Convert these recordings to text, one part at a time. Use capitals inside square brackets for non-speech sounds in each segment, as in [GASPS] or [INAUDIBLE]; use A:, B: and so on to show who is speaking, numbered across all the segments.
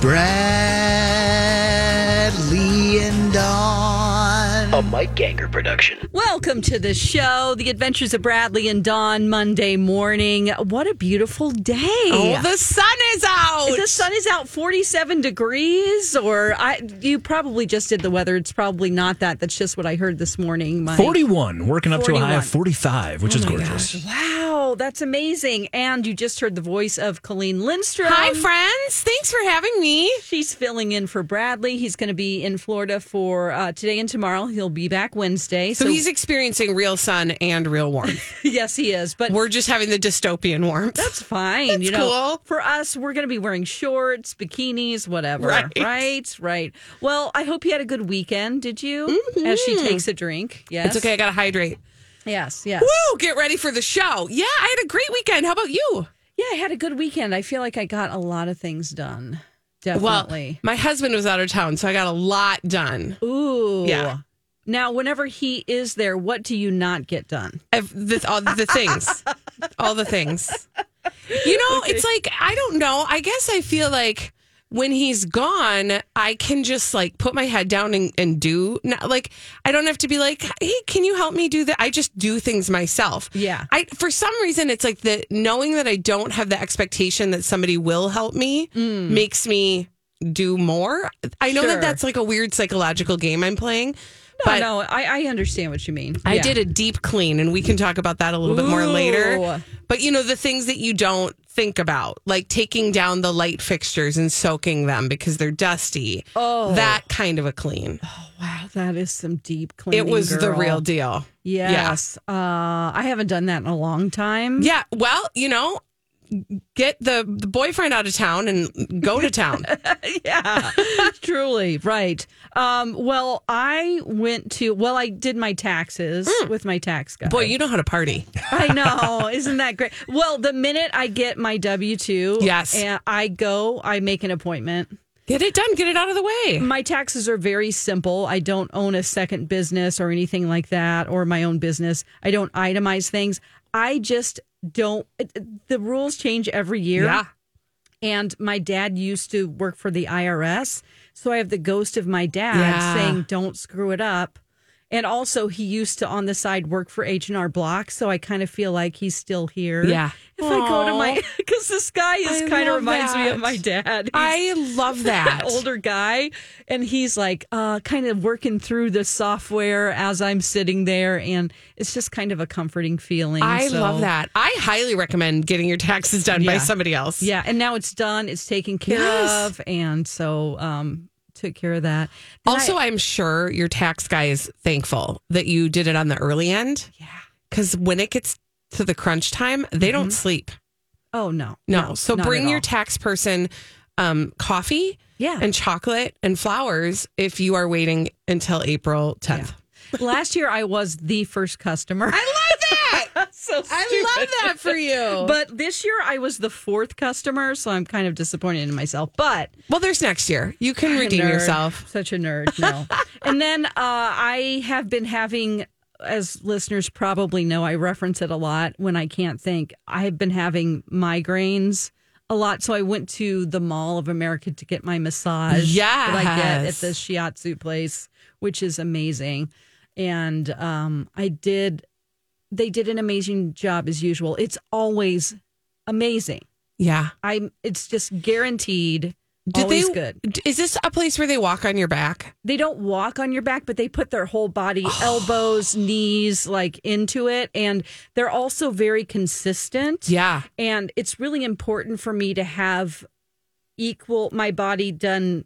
A: Bradley and Dawn.
B: A Mike Ganger production.
C: Welcome to the show, The Adventures of Bradley and Dawn, Monday morning. What a beautiful day.
D: Oh, the sun is out.
C: the sun is out 47 degrees, or I, you probably just did the weather. It's probably not that. That's just what I heard this morning. Mike.
E: 41, working up to a
C: 41.
E: high of 45,
D: Oh
E: which is gorgeous.
C: Wow, that's amazing. And you just heard the voice of Colleen Lindstrom.
D: Hi, friends. Thanks for having me.
C: She's filling in for Bradley. He's going to be in Florida for uh, today and tomorrow. He'll be back Wednesday.
D: So, he's experiencing real sun and real warmth.
C: [LAUGHS] yes, he is. But
D: We're just having the dystopian warmth.
C: That's fine. you know,
D: cool.
C: for us, we're going to be wearing shorts, bikinis, whatever.
D: Right.
C: right, right. Well, I hope you had a good weekend. Did you? As she takes a drink. Yes.
D: Mm-hmm. It's okay. I gotta hydrate.
C: Yes. Yes.
D: Woo! Get ready for the show. Yeah, I had a great weekend. How about you?
C: Yeah, I had a good weekend. I feel like I got a lot of things done.
D: Well,
C: Definitely.
D: my husband was out of town, so I got a lot done.
C: Ooh.
D: Yeah.
C: Now, whenever he is there, what do you not get done?
D: Ev- the, all the things, all the things. You know, it's like I don't know. I guess I feel like when he's gone, I can just like put my head down and, and do not, like I don't have to be like, hey, can you help me do that? I just do things myself.
C: Yeah.
D: I for some reason it's like the knowing that I don't have the expectation that somebody will help me makes me do more. I know
C: Mm. Sure.
D: that that's like a weird psychological game I'm playing.
C: No,
D: but
C: no, I, I understand what you mean.
D: I
C: Yeah.
D: did a deep clean, and we can talk about that a little bit more
C: Ooh.
D: later. But you know, the things that you don't think about, like taking down the light fixtures and soaking them because they're dusty.
C: Oh.
D: That kind of a clean.
C: Wow, that is some deep cleaning.
D: it was the
C: girl.
D: real deal.
C: Yes. Uh, I haven't done that in a long time.
D: Yeah. Well, you know, get the, the boyfriend out of town and go
C: [LAUGHS]
D: to town.
C: yeah, truly right. Um, well, I went to well, I did my taxes
D: Hmm.
C: with my tax guy.
D: Boy, you know how to party.
C: I
D: [LAUGHS]
C: know, isn't that great? Well, the minute I get my W two,
D: Yes.
C: and I go, I make an appointment.
D: Get it done. Get it out of the way.
C: My taxes are very simple. I don't own a second business or anything like that, or my own business. I don't itemize things. I just don't. The rules change every year.
D: Yeah.
C: And my dad used to work for the IRS. So I have the ghost of my dad
D: Yeah.
C: saying, don't screw it up. And also, he used to on the side work for H and R Block, so I kind of feel like he's still here.
D: Yeah.
C: If I go to my,
D: Aw.
C: [LAUGHS] because this guy is
D: I
C: kind of
D: love
C: reminds me of
D: that.
C: my dad. He's-
D: I love
C: [LAUGHS]
D: that.
C: older guy and he's like uh, kind of working through the software as i'm sitting there and it's just kind of a comforting feeling
D: I
C: so-
D: love that. I highly recommend getting your taxes done by
C: Yeah.
D: somebody else.
C: yeah and now it's done it's taken care
D: Yes.
C: of and so um took care of that Then
D: Also, I, am sure your tax guy is thankful that you did it on the early end. Yeah. Because when it gets to the crunch time, they don't sleep.
C: oh Mm-hmm. no
D: No. so
C: not
D: bring
C: at
D: your
C: all.
D: tax person um, coffee
C: Yeah.
D: and [LAUGHS] chocolate and flowers if you are waiting until April 10th.
C: last year i was the first customer
D: love that.
C: [LAUGHS] so
D: love that for you. [LAUGHS] But
C: but this year i was the fourth customer so i'm kind of disappointed in myself but
D: well, there's next year. You can redeem
C: nerd.
D: yourself.
C: Such a nerd.
D: [LAUGHS]
C: No. and then uh, I have been having, as listeners probably know, I reference it a lot when I can't think. I have been having migraines a lot. So I went to the Mall of America to get my massage. that I get at
D: Yes.
C: the shiatsu place, which is amazing. And um, I did. They did an amazing job as usual. It's always amazing.
D: Yeah.
C: I'm. It's just guaranteed.
D: Did
C: always
D: they,
C: good
D: Is this a place where they walk on your back?
C: they don't walk on your back, but they put their whole
D: [SIGHS]
C: body, elbows, knees, like into it. And they're also very consistent.
D: Yeah.
C: And it's really important for me to have equal my body done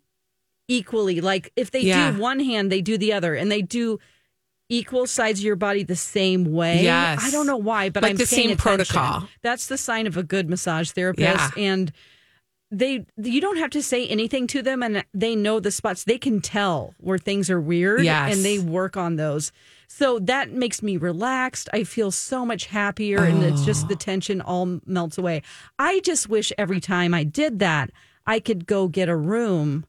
C: equally. Like if they
D: Yeah.
C: do one hand, they do the other, and they do equal sides of your body the same way.
D: Yes.
C: I don't know why, but
D: Like
C: I'm
D: the
C: paying
D: same
C: attention.
D: protocol.
C: That's the sign of a good massage therapist.
D: Yeah.
C: And they you don't have to say anything to them and they know the spots. They can tell where things are weird
D: Yes.
C: and they work on those. So that makes me relaxed. I feel so much happier and it's
D: Oh.
C: just the tension all melts away. I just wish every time I did that, I could go get a room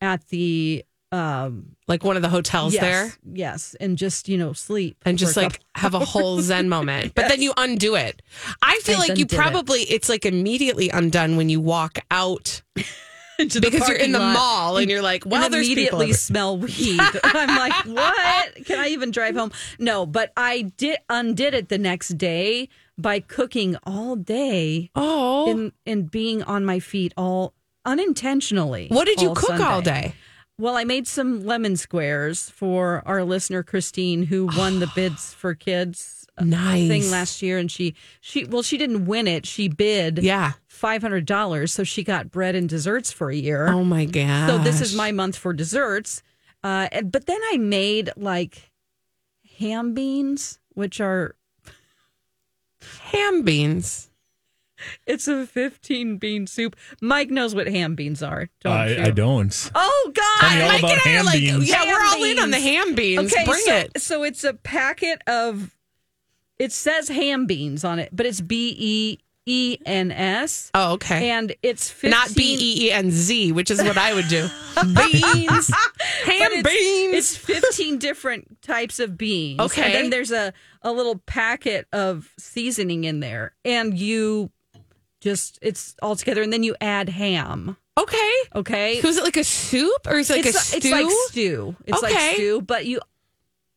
C: at the um
D: like one of the hotels
C: yes,
D: there
C: Yes, and just you know sleep
D: and
C: for
D: just
C: a
D: like
C: couple-
D: have a whole zen moment.
C: [LAUGHS]
D: But then you undo it. I feel
C: I
D: like you
C: undid it.
D: probably it's like immediately undone when you walk out
C: [LAUGHS] into the
D: because you're in
C: parking
D: the
C: lot
D: mall and you're like, well,
C: and
D: there's people.
C: immediately
D: everywhere. [LAUGHS]
C: smell weed. I'm like, what? Can I even drive home? No, but I did undid it the next day by cooking all day
D: Oh,
C: and and being on my feet all unintentionally.
D: what did you cook all
C: Sunday.
D: day?
C: Well, I made some lemon squares for our listener Christine, who won
D: [GASPS]
C: the bids for kids
D: Nice
C: thing last year, and she she well she didn't win it. She bid
D: Yeah.
C: five hundred dollars, so she got bread and desserts for a year.
D: Oh my god.
C: so this is my month for desserts. Uh, and- but then I made like ham beans, which are
D: ham beans.
C: it's a fifteen bean soup. Mike knows what ham beans are, don't you?
E: I, I don't.
C: Oh God!
E: Tell me all
C: Mike
E: about
C: and I are
E: ham
C: like-
E: beans.
D: Yeah, we're all in on the
C: beans.
D: ham beans.
C: Okay,
D: Bring
C: so,
D: it.
C: so it's a packet of it says ham beans on it, but it's B E E N S,
D: Oh, okay.
C: and it's 15,
D: Not B E E N Z, which is what I
C: [LAUGHS]
D: would do. beans, ham
C: But
D: beans.
C: It's 15 different types of beans.
D: Okay.
C: And then there's a, a little packet of seasoning in there. And you just, it's all together. And then you add ham.
D: okay.
C: Okay.
D: So is it like a soup or is it like
C: it's,
D: a stew?
C: it's like stew. It's
D: Okay.
C: like stew. But you,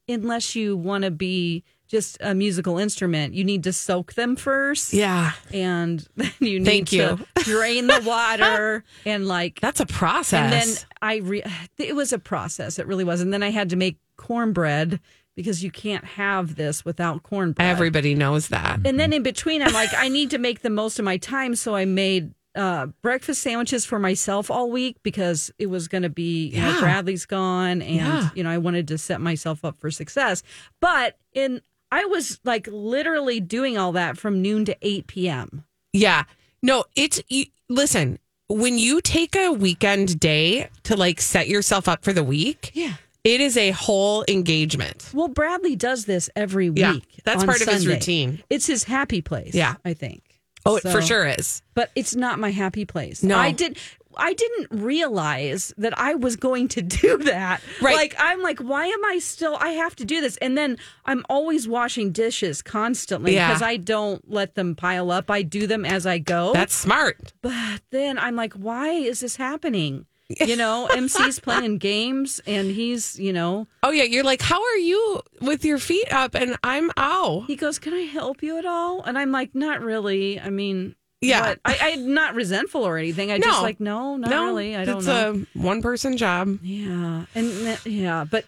C: unless you want to be just a musical instrument, you need to soak them first.
D: yeah,
C: And [LAUGHS] then you need
D: Thank
C: to drain the
D: [LAUGHS]
C: water and like
D: that's a process.
C: and then I re- [SIGHS] it was a process. It really was. And then I had to make cornbread because you can't have this without cornbread.
D: everybody knows that.
C: and then in between, I'm like, I need to make the most of my time, so I made uh, breakfast sandwiches for myself all week because it was going to be you know,
D: Yeah.
C: Bradley's gone, and
D: Yeah.
C: you know I wanted to set myself up for success. But in I was like literally doing all that from noon to eight p.m.
D: Yeah. No, it's you, listen, when you take a weekend day to like set yourself up for the week,
C: Yeah.
D: it is a whole engagement.
C: Well, Bradley does this every week.
D: Yeah, that's
C: on
D: part of his
C: Sunday.
D: routine.
C: It's his happy place.
D: Yeah.
C: I think.
D: Oh, it
C: So-
D: for sure is.
C: But it's not my happy place.
D: No.
C: I did. I didn't realize that I was going to [LAUGHS] do that.
D: Right.
C: Like I'm like, why am I still? I have to do this, and then I'm always washing dishes constantly
D: Yeah.
C: because I don't let them pile up. I do them as I go.
D: That's smart.
C: but then I'm like, why is this
D: [LAUGHS]
C: happening? You know, MC's playing games, and he's you know.
D: Oh yeah, you're like, how are you with your feet up? And I'm ow.
C: he goes, "Can I help you at all?" And I'm like, "Not really. I mean,
D: Yeah.
C: what?" I, I'm not resentful or anything. I just
D: No.
C: like, no, not
D: no, uh,
C: really. I don't
D: it's
C: know.
D: a one person job.
C: yeah, and th- yeah, but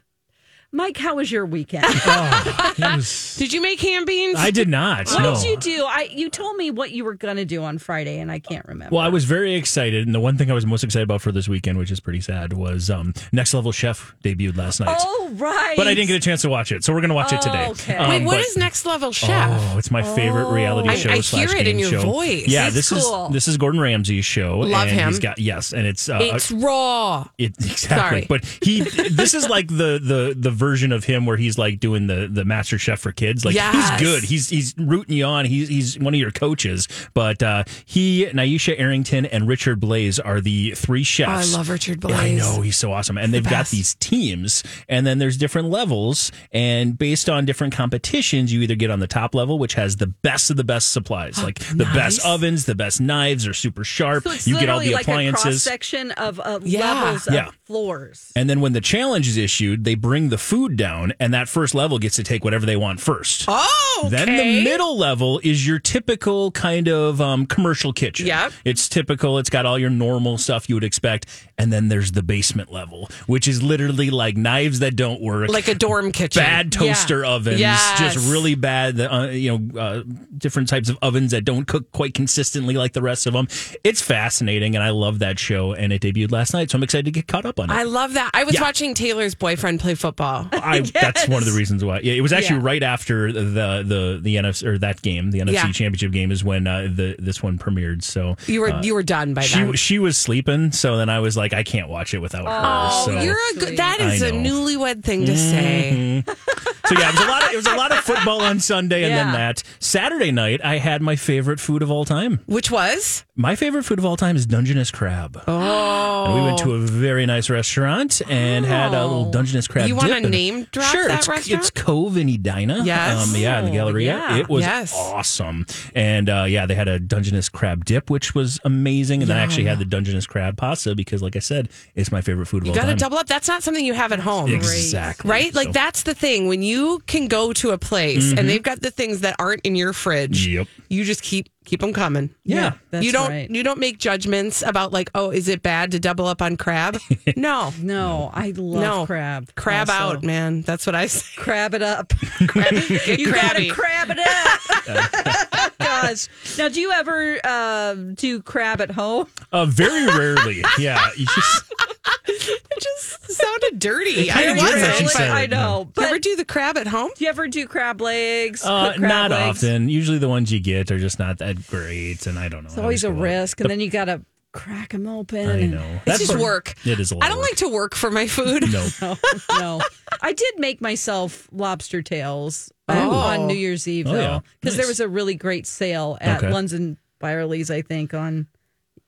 C: Mike, how was your weekend?
E: [LAUGHS] Oh, it
D: [LAUGHS]
E: was-
D: Did you make ham beans?
E: I did not.
C: what
E: [LAUGHS] no.
C: did you do? I you told me what you were gonna do on Friday, and I can't remember.
E: Well, I was very excited, and the one thing I was most excited about for this weekend, which is pretty sad, was um, Next Level Chef debuted last night.
C: oh right,
E: But I didn't get a chance to watch it, so we're going to watch it
C: Oh,
E: today.
C: okay.
E: Um,
D: Wait, what
E: but-
D: is next level chef?
E: Oh, it's my favorite reality
D: I-
E: show.
D: I hear
E: slash
D: it in
E: game
D: your
E: show.
D: voice.
E: Yeah,
C: It's
E: this
C: cool.
E: is this is Gordon Ramsay's show.
D: Love
E: and
D: him.
E: He's got yes, and it's uh,
D: it's raw.
E: It, [LAUGHS] exactly.
D: Sorry.
E: But he this is like the the the version of him where he's like doing the the master chef for kids. Like
D: Yes.
E: he's good. He's he's rooting you on. He's he's one of your coaches. But uh he, Naisha Arrington and Richard Blaze are the three
D: Oh, I
E: chefs.
D: love Richard Blaze.
E: Yeah, I know he's so awesome, and they've got
D: best.
E: these teams, and then there's different levels, and based on different competitions, you either get on the top level, which has the best of the best supplies, like the
D: Oh, nice.
E: best ovens, the best knives are super sharp.
C: So it's
E: you
C: literally
E: get all the
C: like a cross
E: appliances.
C: section of uh,
D: Yeah.
C: levels of
E: Yeah.
C: floors.
E: And then when the challenge is issued, they bring the food down, and that first level gets to take whatever they want first.
D: Oh, okay.
E: Then the middle level is your typical kind of um, commercial kitchen.
D: Yep.
E: It's typical. It's got all your normal stuff you would expect. And then there's the basement level, which is literally like knives that don't work.
D: like a dorm kitchen.
E: Bad toaster ovens,
D: Yes.
E: just really bad. Uh, you know, uh, different types of ovens that don't cook quite consistently like the rest of them. It's fascinating, and I love that show. And it debuted last night, so I'm excited to get caught up on it.
D: I love that. I was
E: Yeah.
D: watching Taylor's boyfriend play football Oh.
E: [LAUGHS] I, that's one of the reasons why. Yeah, it was actually
D: Yeah.
E: right after the the the NFC or that game, the NFC
D: Yeah.
E: Championship game, is when uh, the this one premiered. So
D: You were you were done by
E: she
D: then.
E: she was sleeping, so then I was like, I can't watch it without
D: Oh,
E: her. So.
D: you're a good. That
E: I
D: is a
E: know. Mm-hmm.
D: newlywed thing to say.
E: So yeah, it was a lot. Of, it was a
D: [LAUGHS]
E: lot of football on Sunday, and then
C: Yeah.
E: that Saturday night, I had my favorite food of all time.
D: Which was
E: My favorite food of all time is Dungeness crab.
D: oh, Oh.
E: And we went to a very nice restaurant and had a little Dungeness crab.
D: You wanna
E: dip and-
D: name drop
E: Sure,
D: that
E: it's,
D: restaurant?
E: it's Cove in Edina.
D: Yes.
E: yeah, in the
C: Oh,
E: Galleria.
C: yeah.
E: It was
D: Yes.
E: awesome, and uh, yeah, they had a Dungeness crab dip, which was amazing. And then I actually had the Dungeness crab pasta because, like I said, it's my favorite food of
D: you
E: all
D: got
E: time.
D: to double up. That's not something you have at home.
E: exactly
D: Right? Like
E: So- Mm-hmm.
D: that's the thing. When you can go to a place and they've got the things that aren't in your fridge,
E: Yep.
D: you just keep keep them coming.
E: Yeah.
C: That's
D: you don't
C: right.
D: you don't make judgments about like, oh, is it bad to double up on
E: [LAUGHS]
D: crab? no.
C: No, I love
D: No.
C: crab.
D: Crab
C: also.
D: out, man. That's what I say.
C: Crab it up.
D: Get
C: you
D: crabby.
C: gotta crab it up. [LAUGHS] Gosh. Now, do you ever uh, do crab at home?
E: Uh, very
D: [LAUGHS]
E: rarely. yeah, you just
D: it just sounded dirty. I
E: kinda did
D: wasn't.
E: that she
C: Like,
E: said.
C: I know,
D: You
C: but
D: ever do the crab at home?
C: do you ever do crab legs?
E: uh,
C: cook crab
E: not
C: legs?
E: often. Usually, the ones you get are just not that great, and I don't know.
C: It's always a risk, and then you gotta crack them open.
E: I
C: and-
E: know.
D: It's
E: That's
D: just
E: what-
D: work.
E: It is a lot.
D: I don't
E: of work.
D: like to work for my [LAUGHS] food.
E: No.
C: No, no. I did make myself lobster tails uh,
D: Oh.
C: on New Year's Eve,
E: Oh,
C: though,
E: yeah.
C: because there
E: Nice.
C: was a really great sale at
E: Okay.
C: Lunds and Byerly's, I think, on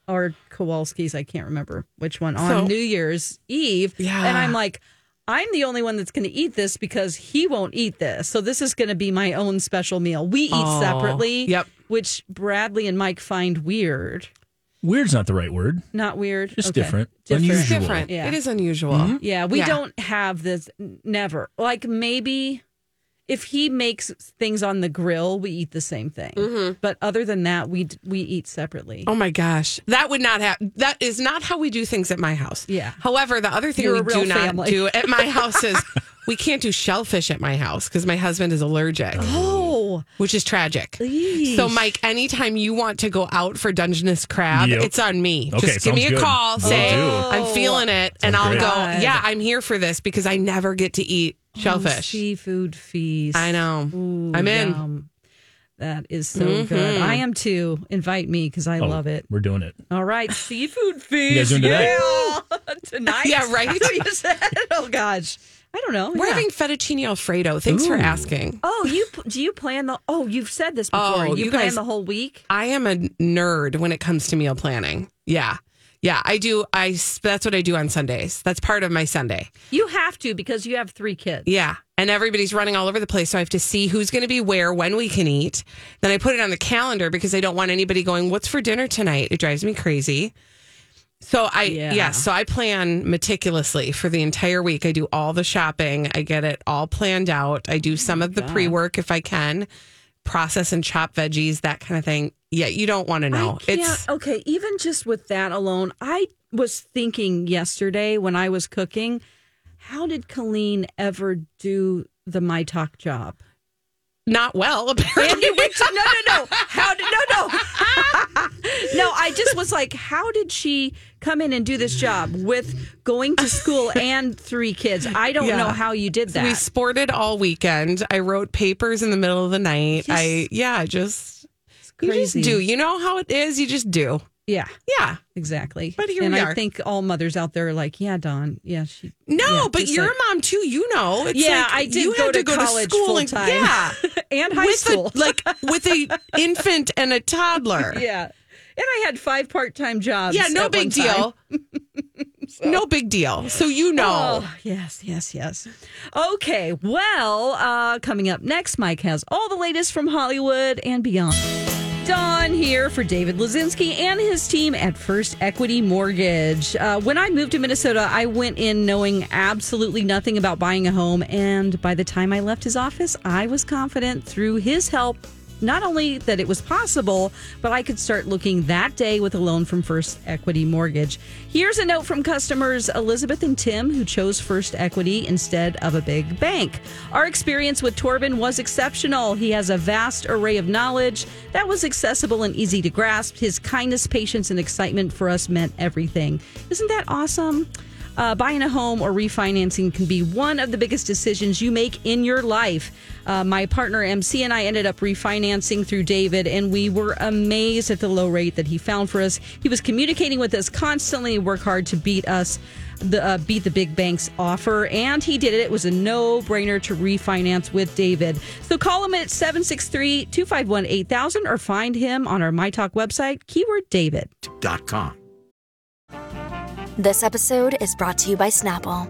C: or Kowalski's. I can't remember which one on
D: So-
C: New Year's Eve.
D: Yeah.
C: and I'm like. I'm the only one that's going to eat this because he won't eat this. So this is going to be my own special meal. We eat
D: Oh.
C: separately,
D: Yep.
C: which Bradley and Mike find weird.
E: Weird's not the right word.
C: Not weird.
E: Just
C: Okay.
E: different.
D: It's
E: Unusual.
D: different.
C: Yeah.
D: It is unusual.
E: Mm-hmm.
C: Yeah, we
D: Yeah.
C: don't have this n- never. Like maybe if he makes things on the grill, we eat the same thing. But other than that, we d- we eat separately.
D: Mm-hmm. Oh my gosh, that would not happen. That is not how we do things at my house.
C: Yeah.
D: However, the other thing
C: You're a
D: we
C: real
D: do not
C: family.
D: do
C: [LAUGHS]
D: at my house is we can't do shellfish at my house because my husband is allergic,
C: Oh,
D: which is tragic. So,
C: yeesh.
D: Mike, anytime you want to go out for Dungeness crab,
E: Yep.
D: it's on me.
E: Okay,
D: Just give me a
E: sounds good.
D: call,
E: Will
D: say
E: do.
D: I'm feeling it,
E: Sounds
D: and I'll
E: great.
D: go.
C: God.
D: Yeah, I'm here for this because I never get to eat shellfish.
C: seafood feast.
D: I know.
C: Ooh,
D: I'm in. Mm-hmm.
C: yum. That is so good. I am too. Invite me because I
E: Oh,
C: love it.
E: We're doing it.
C: All right,
E: [LAUGHS]
C: seafood feast.
E: guys doing today?
C: Yeah, [LAUGHS] tonight. [LAUGHS]
D: Yeah, right?
C: you said. Oh gosh, I don't know.
D: We're
C: Yeah.
D: having fettuccine alfredo. Thanks for asking.
C: Oh, you p- do you plan the? Oh, you've said this before.
D: Oh,
C: you,
D: you
C: plan
D: guys-
C: the whole week.
D: I am a nerd when it comes to meal planning. Yeah. Yeah, I do. I s- that's what I do on Sundays. That's part of my Sunday.
C: You have to because you have three kids.
D: Yeah, and everybody's running all over the place, so I have to see who's going to be where, when we can eat. Then I put it on the calendar because I don't want anybody going, "What's for dinner tonight?" It drives me crazy. So I
C: Yeah.
D: yeah. so I plan meticulously for the entire week. I do all the shopping. I get it all planned out. I
C: Oh
D: do some of the pre-work if I can, process and chop veggies, that kind of thing. Yeah, you don't want to know.
C: I can't- okay. Even just with that alone, I was thinking yesterday when I was cooking, how did Colleen ever do the my talk
D: [LAUGHS]
C: job?
D: not well. [LAUGHS] Apparently.
C: Andy Wickson- no, no, no. How did no, [LAUGHS] no, no? I just was like, how did she come in and do this job with going to
D: [LAUGHS]
C: school and three kids? I don't
D: Yeah.
C: know how you did that.
D: We sported all weekend. I wrote papers in the middle of the night. I yeah, just you just
C: crazy.
D: do. You know how it is. You just do.
C: yeah.
D: Yeah.
C: Exactly.
D: But here
C: and
D: we
C: I
D: are.
C: think all mothers out there are like, yeah, Dawn, yeah, she.
D: No,
C: yeah,
D: but
C: just
D: you're
C: like-
D: a mom too. You know. It's
C: yeah,
D: like
C: I did
D: you
C: go
D: had
C: to,
D: to go
C: college
D: to school
C: full
D: and-
C: time.
D: yeah, [LAUGHS]
C: and [LAUGHS] high
D: with
C: school.
D: a, like with a infant and a toddler.
C: [LAUGHS] yeah, and I had five part time jobs.
D: Yeah, no
C: at one
D: big
C: time.
D: deal. [LAUGHS] No big deal. So you know.
C: Oh, yes, yes, yes. Okay, well, uh, coming up next, Mike has all the latest from Hollywood and beyond. Dawn here for David Lazinski and his team at First Equity Mortgage. Uh, when I moved to Minnesota, I went in knowing absolutely nothing about buying a home. And by the time I left his office, I was confident through his help, not only that it was possible, but I could start looking that day with a loan from First Equity Mortgage. Here's a note from customers Elizabeth and Tim, who chose First Equity instead of a big bank. Our experience with Torben was exceptional. He has a vast array of knowledge that was accessible and easy to grasp. His kindness, patience, and excitement for us meant everything. Isn't that awesome? Uh, buying a home or refinancing can be one of the biggest decisions you make in your life. Uh, my partner MC and I ended up refinancing through David, and we were amazed at the low rate that he found for us. He was communicating with us constantly, work hard to beat us the uh, beat the big bank's offer and he did it it was a no-brainer to refinance with david so call him at 763-251-8000 or find him on our mytalk website keyword david
B: Dot.com.
F: This episode is brought to you by Snapple.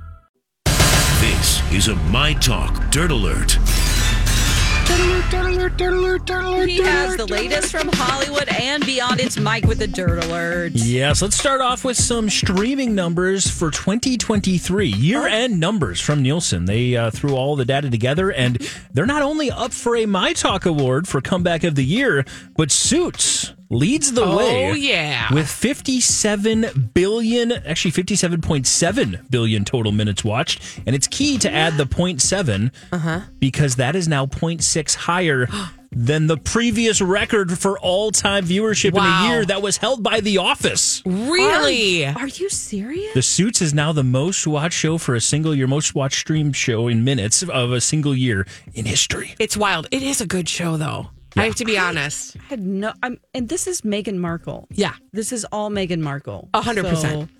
G: This is a My Talk Dirt Alert.
C: he has the latest from hollywood and beyond it's mike with the dirt alert
E: Yes, let's start off with some streaming numbers for 2023. Year end numbers from Nielsen. They uh, threw all the data together, and they're not only up for a My Talk Award for Comeback of the Year, but Suits leads the
D: Oh,
E: way.
D: yeah.
E: With 57 billion, actually 57.7 billion total minutes watched. And it's key to add the 0.7
D: Uh-huh.
E: because that is now 0.6
D: [GASPS]
E: higher. Than the previous record for all time viewership in
D: Wow.
E: a year that was held by The Office.
D: Really?
C: are you serious
E: The Suits is now the most watched show for a single year, most watched stream show in minutes of a single year in history.
D: It's wild. It is a good show, though. I have to
C: [GASPS]
D: be honest.
C: I had no I'm, and this is Meghan markle
D: Yeah.
C: this is all Meghan markle
D: A hundred
C: So-
D: percent.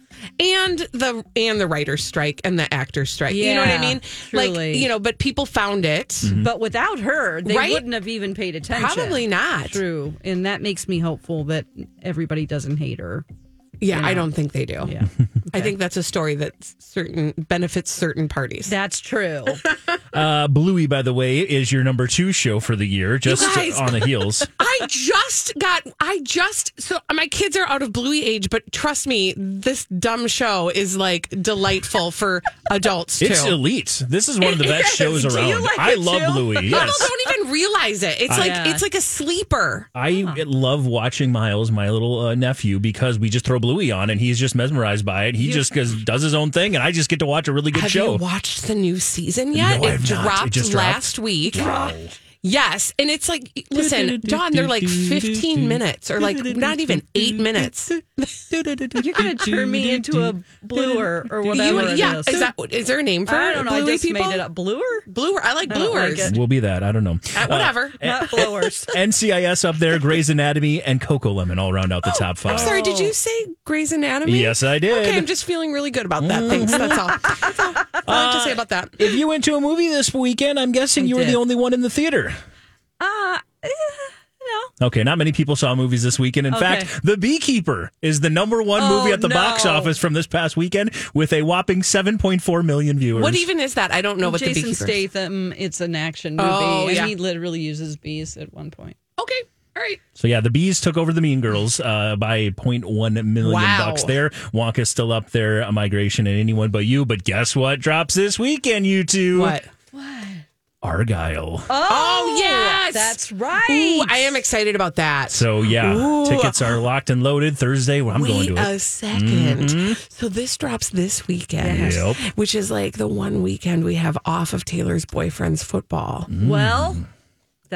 D: And the and the writer's strike and the actor's strike. you know what I
C: Yeah,
D: mean?
C: truly.
D: Like you know, but people found it.
E: Mm-hmm.
C: But without her, they
D: Right?
C: wouldn't have even paid attention.
D: Probably not.
C: True. And that makes me hopeful that everybody doesn't hate her.
D: Yeah, I don't think they do.
C: Yeah.
D: I think that's a story that certain benefits certain parties.
C: That's
D: [LAUGHS]
C: true.
E: Uh, Bluey, by the way, is your number two show for the year, just
D: guys.
E: on the
D: [LAUGHS]
E: heels.
D: I just got. I just so my kids are out of Bluey age, but trust me, this dumb show is like delightful for adults too.
E: It's
D: [LAUGHS]
E: elite. This
C: [LAUGHS]
E: is one of the best shows
C: Do you
E: around.
C: like
E: I
C: it
E: love
C: too? [LAUGHS]
E: Bluey.
D: People
E: Yes.
D: don't even realize it. It's
E: I-
D: like
C: Yeah.
D: it's like a sleeper.
E: I love watching Miles, my little uh, nephew, because we just throw Bluey on and he's just mesmerized by it. He just goes, does his own thing, and I just get to watch a really good
D: Have
E: show.
D: you watched the new season yet?
E: No, I
D: it,
E: have not.
D: dropped
E: It just dropped?
D: last week.
E: Wow.
D: Yes, and it's like listen, Don, they're like 15 minutes or like not even 8 minutes.
C: You're going to turn me into a bluer or whatever.
D: You-
C: it
D: yeah,
C: is.
D: is that is there a name for
C: I don't know. I
D: Bluey
C: just
D: people?
C: made it up. Bluer?
D: Bluer. I like
C: I don't like
D: bluers.
C: it.
E: We'll be that. I don't know. [LAUGHS]
D: Uh, whatever.
E: eh,
C: Not
D: [LAUGHS]
C: blowers.
E: NCIS up there, Grey's Anatomy, and Coco Lemon all round
C: Oh,
E: out the top five.
D: I'm sorry, did you say Grey's Anatomy?
E: oh. Yes, I did.
D: Okay, I'm just feeling really good about that. Thanks.
E: [LAUGHS]
D: That's all. That's all, I have to say about that.
E: If you went to a movie this weekend, I'm guessing you were
C: did.
E: the only one in the theater.
C: Uh, eh, no.
E: Okay, not many people saw movies this weekend. In
C: Okay.
E: fact, The Beekeeper is the number one
C: Oh,
E: movie at the
C: no.
E: box office from this past weekend with a whopping 7.4 million viewers.
D: What even is that? I don't know what the
C: Jason
D: beekeeper. is.
C: Statham, it's an action movie.
D: Oh,
C: and
D: yeah.
C: he literally uses bees at one point.
D: Okay. All right.
E: So yeah, the bees took over the Mean Girls uh, by 0.1 million
D: Wow.
E: bucks there. Wonka's still up there, a migration and anyone but you. But guess what drops this weekend, you two?
D: What?
E: Argyle.
C: Oh,
D: yes!
C: That's right.
D: Ooh, I am excited about that.
E: So yeah,
D: Ooh.
E: tickets are locked and loaded Thursday. I'm
D: Wait
E: going to it.
D: a 2nd So this drops this weekend,
E: Yes. Yep.
D: which is like the one weekend we have off of Taylor's boyfriend's football.
E: Mm-hmm.
C: Well,
E: Mm.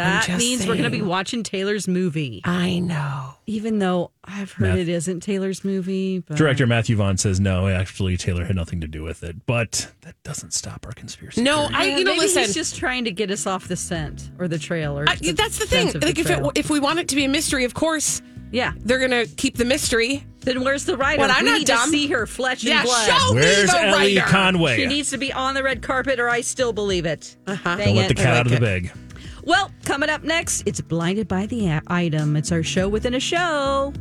C: that
D: just
C: means we're going to be
D: saying.
C: watching Taylor's movie.
D: I know.
C: even though I've heard
E: Math-
C: it isn't Taylor's movie. But
E: Director Matthew Vaughn says no. Actually, Taylor had nothing to do with it, but that doesn't stop our conspiracy.
D: No,
E: theory.
D: I
C: Yeah,
D: you know
C: maybe
D: listen.
C: he's just trying to get us off the scent or the trailer.
D: I, that's the thing. Like if it, if we want it to be a mystery, of course
C: yeah,
D: they're gonna keep the mystery.
C: Then where's the writer?
D: What, I'm
C: we
D: not
C: need
D: dumb.
C: to see her flesh
D: Yeah,
C: and blood.
D: show
E: Where's
D: me the
E: Ellie
D: writer.
E: Conway?
C: She needs to be on the red carpet, or I still believe it. Uh-huh. Dang
E: Don't let
C: it.
E: the cat
D: like
E: out of the
D: it.
E: bag.
C: Well, coming up next, it's Blinded by the A- Item. It's our show within a show.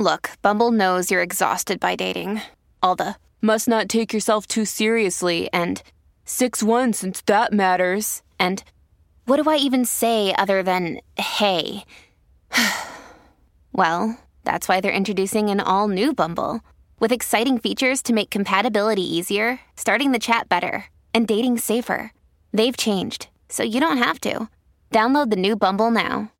F: Look, Bumble knows you're exhausted by dating. All the must not take yourself too seriously and 6 1 since that matters. And what do I even say other than hey? [SIGHS] well, that's why they're introducing an all new Bumble with exciting features to make compatibility easier, starting the chat better, and dating safer. They've changed, so you don't have to. Download the new Bumble now.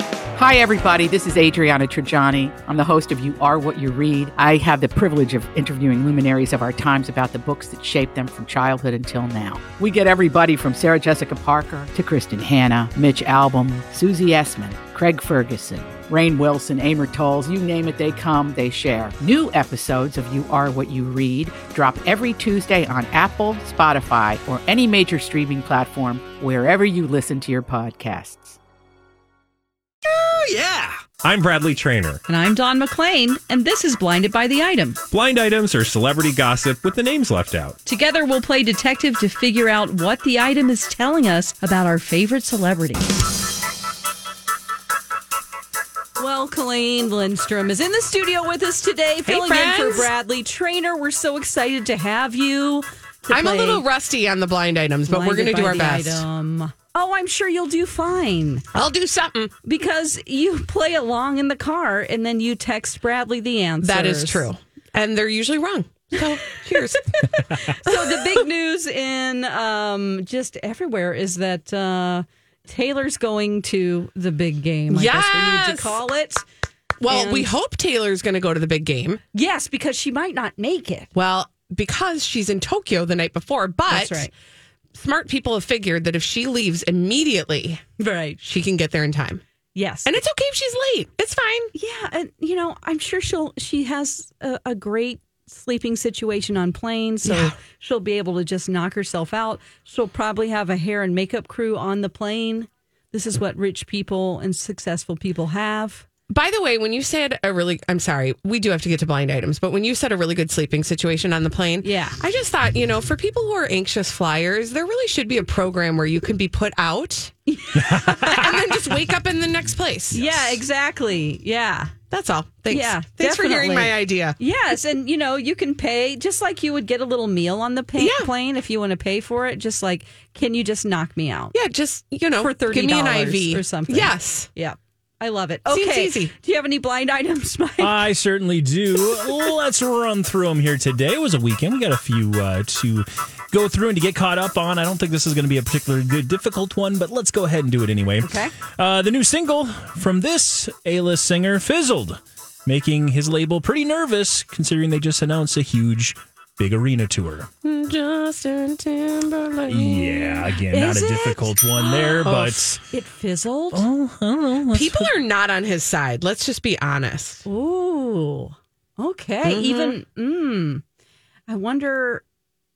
B: Hi, everybody. This is Adriana Trajani. I'm the host of You Are What You Read. I have the privilege of interviewing luminaries of our times about the books that shaped them from childhood until now. We get everybody from Sarah Jessica Parker to Kristen Hanna, Mitch Albom, Susie Essman, Craig Ferguson, Rain Wilson, Amor Tolls, you name it, they come, they share. New episodes of You Are What You Read drop every Tuesday on Apple, Spotify, or any major streaming platform wherever you listen to your podcasts.
H: I'm Bradley Trainer.
C: And I'm Don McClain, and this is Blinded by the Item.
H: Blind items are celebrity gossip with the names left out.
C: Together, we'll play detective to figure out what the item is telling us about our favorite celebrity. Well, Colleen Lindstrom is in the studio with us today, filling in
D: friends.
C: for Bradley Trainer. We're so excited to have you. to
D: I'm a
C: play
D: little rusty on the blind items, but we're going to
C: Blinded
D: do
C: by
D: our
C: the
D: best.
C: Item. Oh, I'm sure you'll do fine
D: I'll do something.
C: because you play along in the car and then you text Bradley the answer.
D: That is true. And they're usually wrong. [LAUGHS] So cheers.
C: So the big news in um, just everywhere is that uh, Taylor's going to the big game. I guess we need
D: Yes!
C: to call it.
D: well, we
C: And-
D: hope Taylor's going to go to the big game.
C: Yes, because she might not make it.
D: Well, because she's in Tokyo the night before, but
C: That's right.
D: smart people have figured that if she leaves immediately,
C: Right.
D: she can get there in time.
C: Yes.
D: And it's okay if she's late. It's fine.
C: yeah, and you know, I'm sure she'll she has a, a great sleeping situation on planes, so she'll be able to just knock herself out. She'll probably have a hair and makeup crew on the plane. This is what rich people and successful people have.
D: By the way, when you said a really, I'm sorry, we do have to get to blind items, but when you said a really good sleeping situation on the plane,
C: Yeah.
D: I just thought, you know, for people who are anxious flyers, there really should be a program where you can be put
C: [LAUGHS]
D: out and then just wake up in the next place.
C: Yeah, exactly. Yeah.
D: That's all. Thanks.
C: Yeah,
D: Thanks for hearing
C: definitely.
D: my idea.
C: Yes, and you know you can pay just like you would get a little meal on the pa-
D: Yeah.
C: plane if you want to pay for it. Just like, can you just knock me out?
D: Yeah, just, you know,
C: For
D: give me an
C: $30
D: IV
C: or something.
D: Yes.
C: Yeah, I love it.
D: Seems
C: Okay, Uh,
D: easy.
C: do you have any blind items, [LAUGHS] Mike?
E: [LAUGHS] I certainly do. Let's run through them here today. It was a weekend. We got a few uh, to go through and to get caught up on. I don't think this is going to be a particularly good, difficult one, but let's go ahead and do it anyway.
C: Okay.
E: Uh, the new single from this A list singer, Fizzled, making his label pretty nervous considering they just announced a huge. Big arena tour.
D: Justin Timberlake.
E: Yeah, again, not
C: Is
E: a
C: it? Oh.
E: difficult one there, but
C: it fizzled.
D: People are not on his side. Let's just be honest.
C: Ooh, okay. Even, mm, I wonder.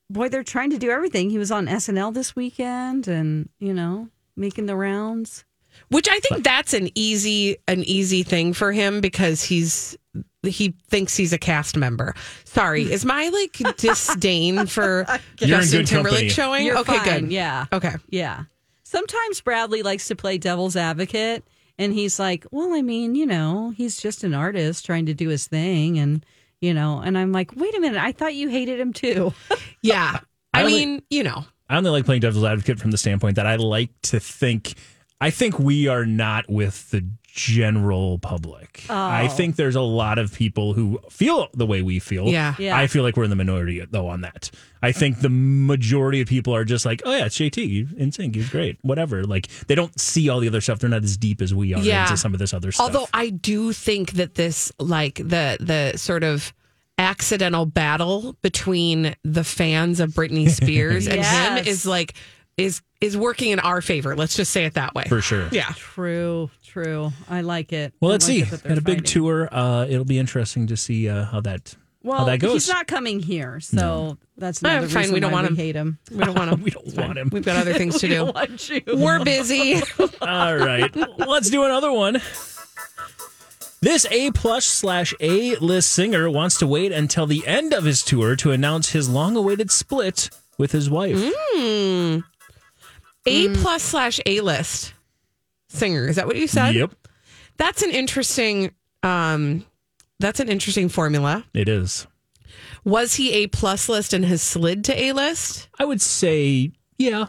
C: Boy, they're trying to do everything. He was on SNL this weekend, and you know, making the rounds.
D: Which I think that's an easy an easy thing for him because he's he thinks he's a cast member. Sorry, is my like disdain for
E: [LAUGHS] You're in
D: Justin
E: good company.
D: Timberlake showing?
C: You're
D: okay,
C: fine,
D: good.
C: Yeah.
D: Okay.
C: Yeah. Sometimes Bradley likes to play devil's advocate and he's like, "Well, I mean, you know, he's just an artist trying to do his thing and, you know, and I'm like, "Wait a minute, I thought you hated him too." [LAUGHS]
D: Yeah. I,
E: I only-
D: mean, you know.
E: I only like playing devil's advocate from the standpoint that I like to think. I think we are not with the general public.
C: Oh.
E: I think there's a lot of people who feel the way we feel.
D: Yeah.
C: Yeah.
E: I feel like we're in the minority though on that. I think the majority of people are just like, oh yeah, it's JT, you insane, he's great, whatever. Like they don't see all the other stuff. They're not as deep as we are
D: Yeah.
E: into some of this other stuff.
D: Although I do think that this like the the sort of accidental battle between the fans of Britney Spears and
C: Yes.
D: him is like is is working in our favor. Let's just say it that way.
E: for sure.
D: Yeah.
C: true, true. I like it.
E: Well, let's see. Got a big tour. Uh, it'll be interesting to see uh, how that
C: Well,
E: that goes.
C: he's not coming here, so that's
D: No,
C: not
D: fine, we don't
C: why
D: want him.
C: We hate him.
D: We don't want him.
E: [LAUGHS] We don't want [LAUGHS] him.
D: We've got other things to
C: [LAUGHS] We
D: do.
C: don't want you.
D: [LAUGHS] We're busy.
E: All right, let's do another one. This A plus slash A list singer wants to wait until the end of his tour to announce his long awaited split with his wife.
C: Mm,
D: A plus slash A list singer. Is that what you said?
E: Yep,
D: That's an interesting. Um, that's an interesting formula.
E: it is.
D: Was he a plus list and has slid to A list?
E: I would say, yeah,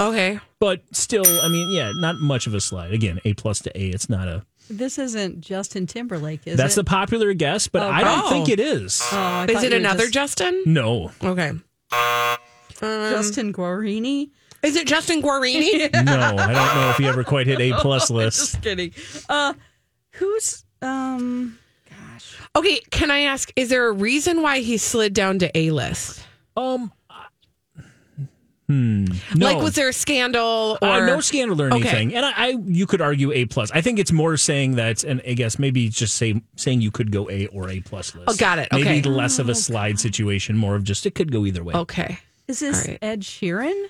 D: Okay.
E: but still, I mean, yeah, not much of a slide. Again, A plus to A. It's not a.
C: [LAUGHS] This isn't Justin Timberlake, is
E: that's
C: it?
E: the popular guess, but I don't
D: Oh.
E: think it is.
C: oh, I
D: Is
C: thought
D: it
C: you were
D: another
C: just-
D: Justin?
E: No,
D: Okay.
C: Justin Guarini?
D: Is it Justin Guarini?
E: no, I don't know if he ever quite
D: [LAUGHS]
E: hit A plus list.
C: Just kidding. Uh, who's um? Gosh,
D: okay. Can I ask? Is there a reason why he slid down to A list?
E: Um, I- hmm. No.
D: Like, was there a scandal or
E: Uh, no scandal or
D: Okay.
E: anything, and I, I you could argue A plus. I think it's more saying that, and I guess maybe it's just say, saying you could go A or A plus list.
D: Oh, got it.
E: Maybe
D: Okay. Oh,
E: less of a slide situation, more of just it could go either way.
D: Okay.
C: is this
D: All right.
C: Ed Sheeran?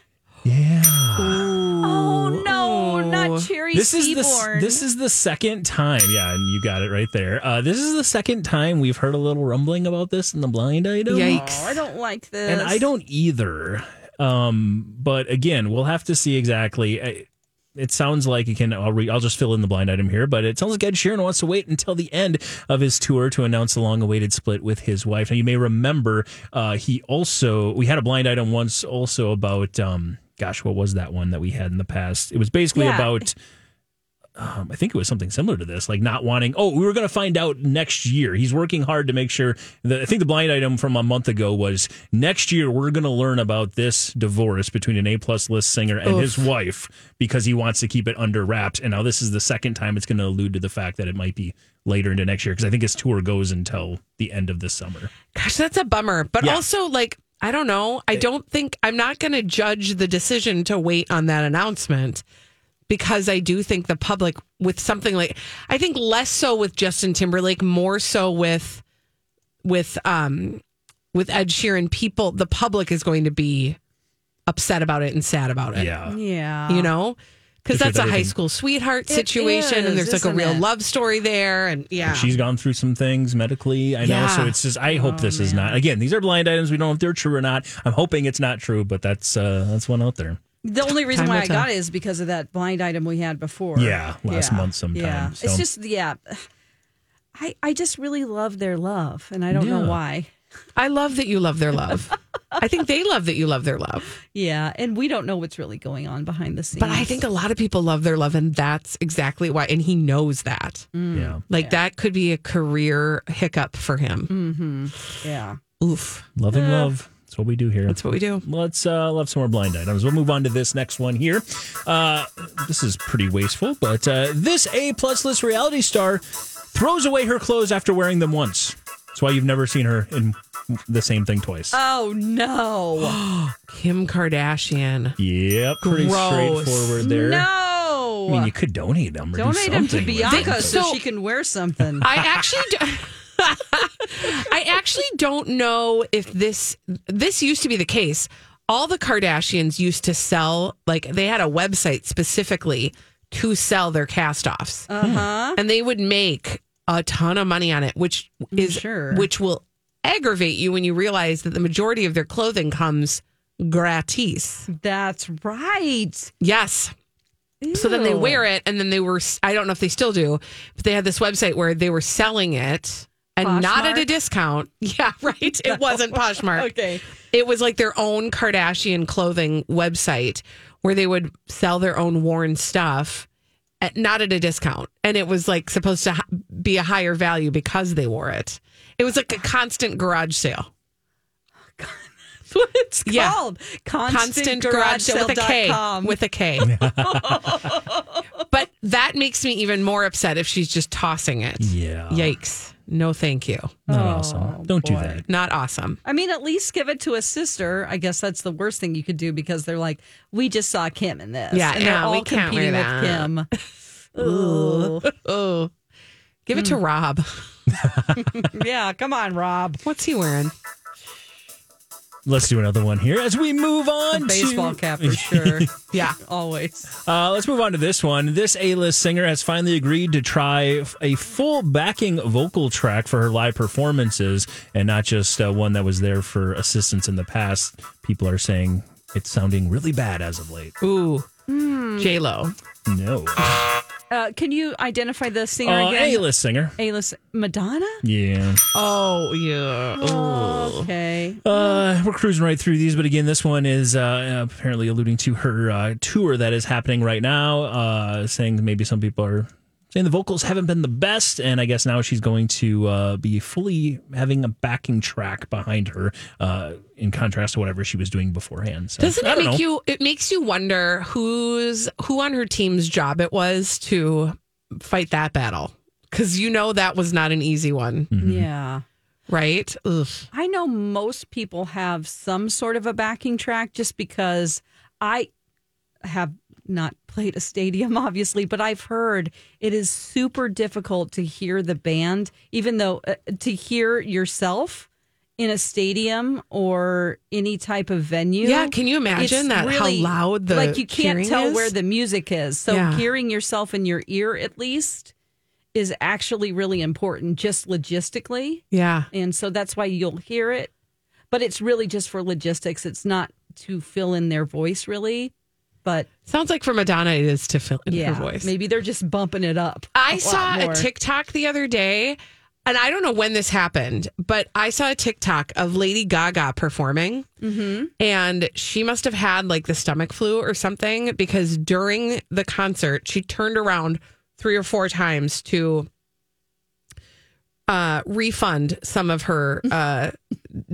E: Yeah,
C: Oh no, not Cherry
E: this is the s-
C: Seaborn.
E: this is the second time. Yeah, and you got it right there. Uh, this is the second time we've heard a little rumbling about this in the blind item.
D: Yikes.
C: Oh, I don't like this.
E: and I don't either. Um, but again, we'll have to see exactly. I- It sounds like you can. I'll, re, I'll just fill in the blind item here, but it sounds like Ed Sheeran wants to wait until the end of his tour to announce the long-awaited split with his wife. Now you may remember uh, he also we had a blind item once also about um, gosh, what was that one that we had in the past? It was basically
C: Yeah.
E: about. Um, I think it was something similar to this, like not wanting. Oh, we were going to find out next year. He's working hard to make sure. That, I think the blind item from a month ago was next year we're going to learn about this divorce between an A plus list singer and his wife because he wants to keep it under wraps. And now this is the second time it's going to allude to the fact that it might be later into next year because I think his tour goes until the end of this summer.
D: Gosh, that's a bummer. But
E: Yeah.
D: also, like, I don't know. I don't think I'm not going to judge the decision to wait on that announcement because I do think the public, with something like, I think less so with Justin Timberlake, more so with, with, um, with Ed Sheeran, people, the public is going to be upset about it and sad about it.
E: Yeah,
C: Yeah,
D: You know, because
E: Just with
D: that's a high
E: everything.
D: school sweetheart
C: It
D: situation,
C: is,
D: and there's like a
C: isn't
D: real
C: it?
D: love story there, and yeah,
E: she's gone through some things medically. I know,
D: Yeah.
E: so it's just. I hope this is not. Again, these are blind items. We don't know if they're true or not. I'm hoping it's not true, but that's uh, that's one out there.
C: the only reason
D: Time
C: why
D: will
C: I
D: tell.
C: got it is because of that blind item we had before.
E: Yeah, last month sometime,
C: Yeah,
E: so.
C: it's just yeah. I I just really love their love, and I don't
E: Yeah.
C: know why.
D: I love that you love their love. I think they love that you love their love.
C: Yeah, and we don't know what's really going on behind the scenes.
D: But I think a lot of people love their love, and that's exactly why. And he knows that.
E: Yeah.
D: Like, that could be a career hiccup for him.
C: yeah.
D: Oof.
E: Loving love. That's what we do here.
D: That's what we do.
E: Let's uh, love some more blind items. We'll move on to this next one here. Uh, this is pretty wasteful, but uh, this A plus list reality star throws away her clothes after wearing them once. That's why you've never seen her in the same thing twice.
C: Oh no!
D: [GASPS] Kim Kardashian.
E: yep, pretty
D: gross.
E: straightforward there.
C: no!
E: I mean, you could donate them or do
C: Donate them to
E: something with
C: Bianca so,
D: So-
C: she can wear something.
D: I actually, do- [LAUGHS] I actually don't know if this this used to be the case. All the Kardashians used to sell like they had a website specifically to sell their cast-offs.
C: Uh-huh.
D: and they would make a ton of money on it, which is
C: Mm, Sure.
D: which will aggravate you when you realize that the majority of their clothing comes gratis.
C: That's right.
D: Yes. So then they wear it, and then they were I don't know if they still do, but they had this website where they were selling it and not at
C: Poshmark?
D: a
C: Oh,
D: discount. [LAUGHS] Yeah, right. It
C: [LAUGHS]
D: wasn't Poshmark. [LAUGHS]
C: Okay.
D: It was like their own Kardashian clothing website where they would sell their own worn stuff, at, not at a discount. And it was like supposed to h- be a higher value because they wore it. It was like a constant garage sale.
C: That's what it's
D: Yeah.
C: called.
D: Constant, garage sale with a K.
C: ConstantGarageSale.com.
D: With a K. [LAUGHS] but that makes me even more upset if she's just tossing it.
E: Yeah.
D: Yikes. No, thank you.
E: Not awesome. Don't do that.
D: Not awesome.
C: Oh, I mean, at least give it to a sister. I guess that's the worst thing you could do because they're like, we just saw Kim in this.
D: Yeah,
C: and they're
D: no,
C: all
D: we can't wear [LAUGHS]
C: competing with Kim. Ooh.
D: Oh, give it to Rob.
C: yeah, come on, Rob.
D: What's he wearing?
E: Let's do another one here as we move on.
C: Baseball
E: to-
C: cap for [LAUGHS] sure.
D: Yeah.
C: Always.
E: Uh, let's move on to this one. This A-list singer has finally agreed to try f- a full backing vocal track for her live performances, and not just uh, one that was there for assistance in the past. People are saying it's sounding really bad as of late.
D: Ooh. J Lo.
E: No, uh,
C: Uh, can you identify the singer again?
E: A-list singer.
C: A-list. Madonna?
E: Yeah.
D: Oh yeah. Ooh.
C: Okay.
E: Uh, we're cruising right through these, but again, this one is uh, apparently alluding to her uh, tour that is happening right now, uh, saying maybe some people are saying the vocals haven't been the best, and I guess now she's going to uh, be fully having a backing track behind her uh, in contrast to whatever she was doing beforehand. So,
D: Doesn't
E: I
D: it
E: don't
D: make
E: know.
D: you? It makes you wonder who's who on her team's job it was to fight that battle because you know that was not an easy one,
C: Yeah.
D: right? Ugh.
C: I know most people have some sort of a backing track just because I have not played a stadium, [LAUGHS] obviously, but I've heard it is super difficult to hear the band, even though uh, to hear yourself in a stadium or any type of venue.
D: Yeah, can you imagine
C: it's
D: that? How loud the
C: like you can't
D: hearing
C: tell
D: is?
C: where the music is. So
D: Yeah.
C: hearing yourself in your ear, at least, is actually really important, just logistically
D: Yeah.
C: and so that's why you'll hear it but it's really just for logistics it's not to fill in their voice really but
D: Sounds like for Madonna it is to fill in
C: yeah
D: her voice.
C: maybe they're just bumping it up a
D: I
C: lot
D: saw
C: more.
D: a TikTok the other day, and I don't know when this happened, but I saw a TikTok of Lady Gaga performing,
C: Mm-hmm.
D: and she must have had like the stomach flu or something because during the concert she turned around three or four times to uh, refund some of
C: [LAUGHS]
D: her uh,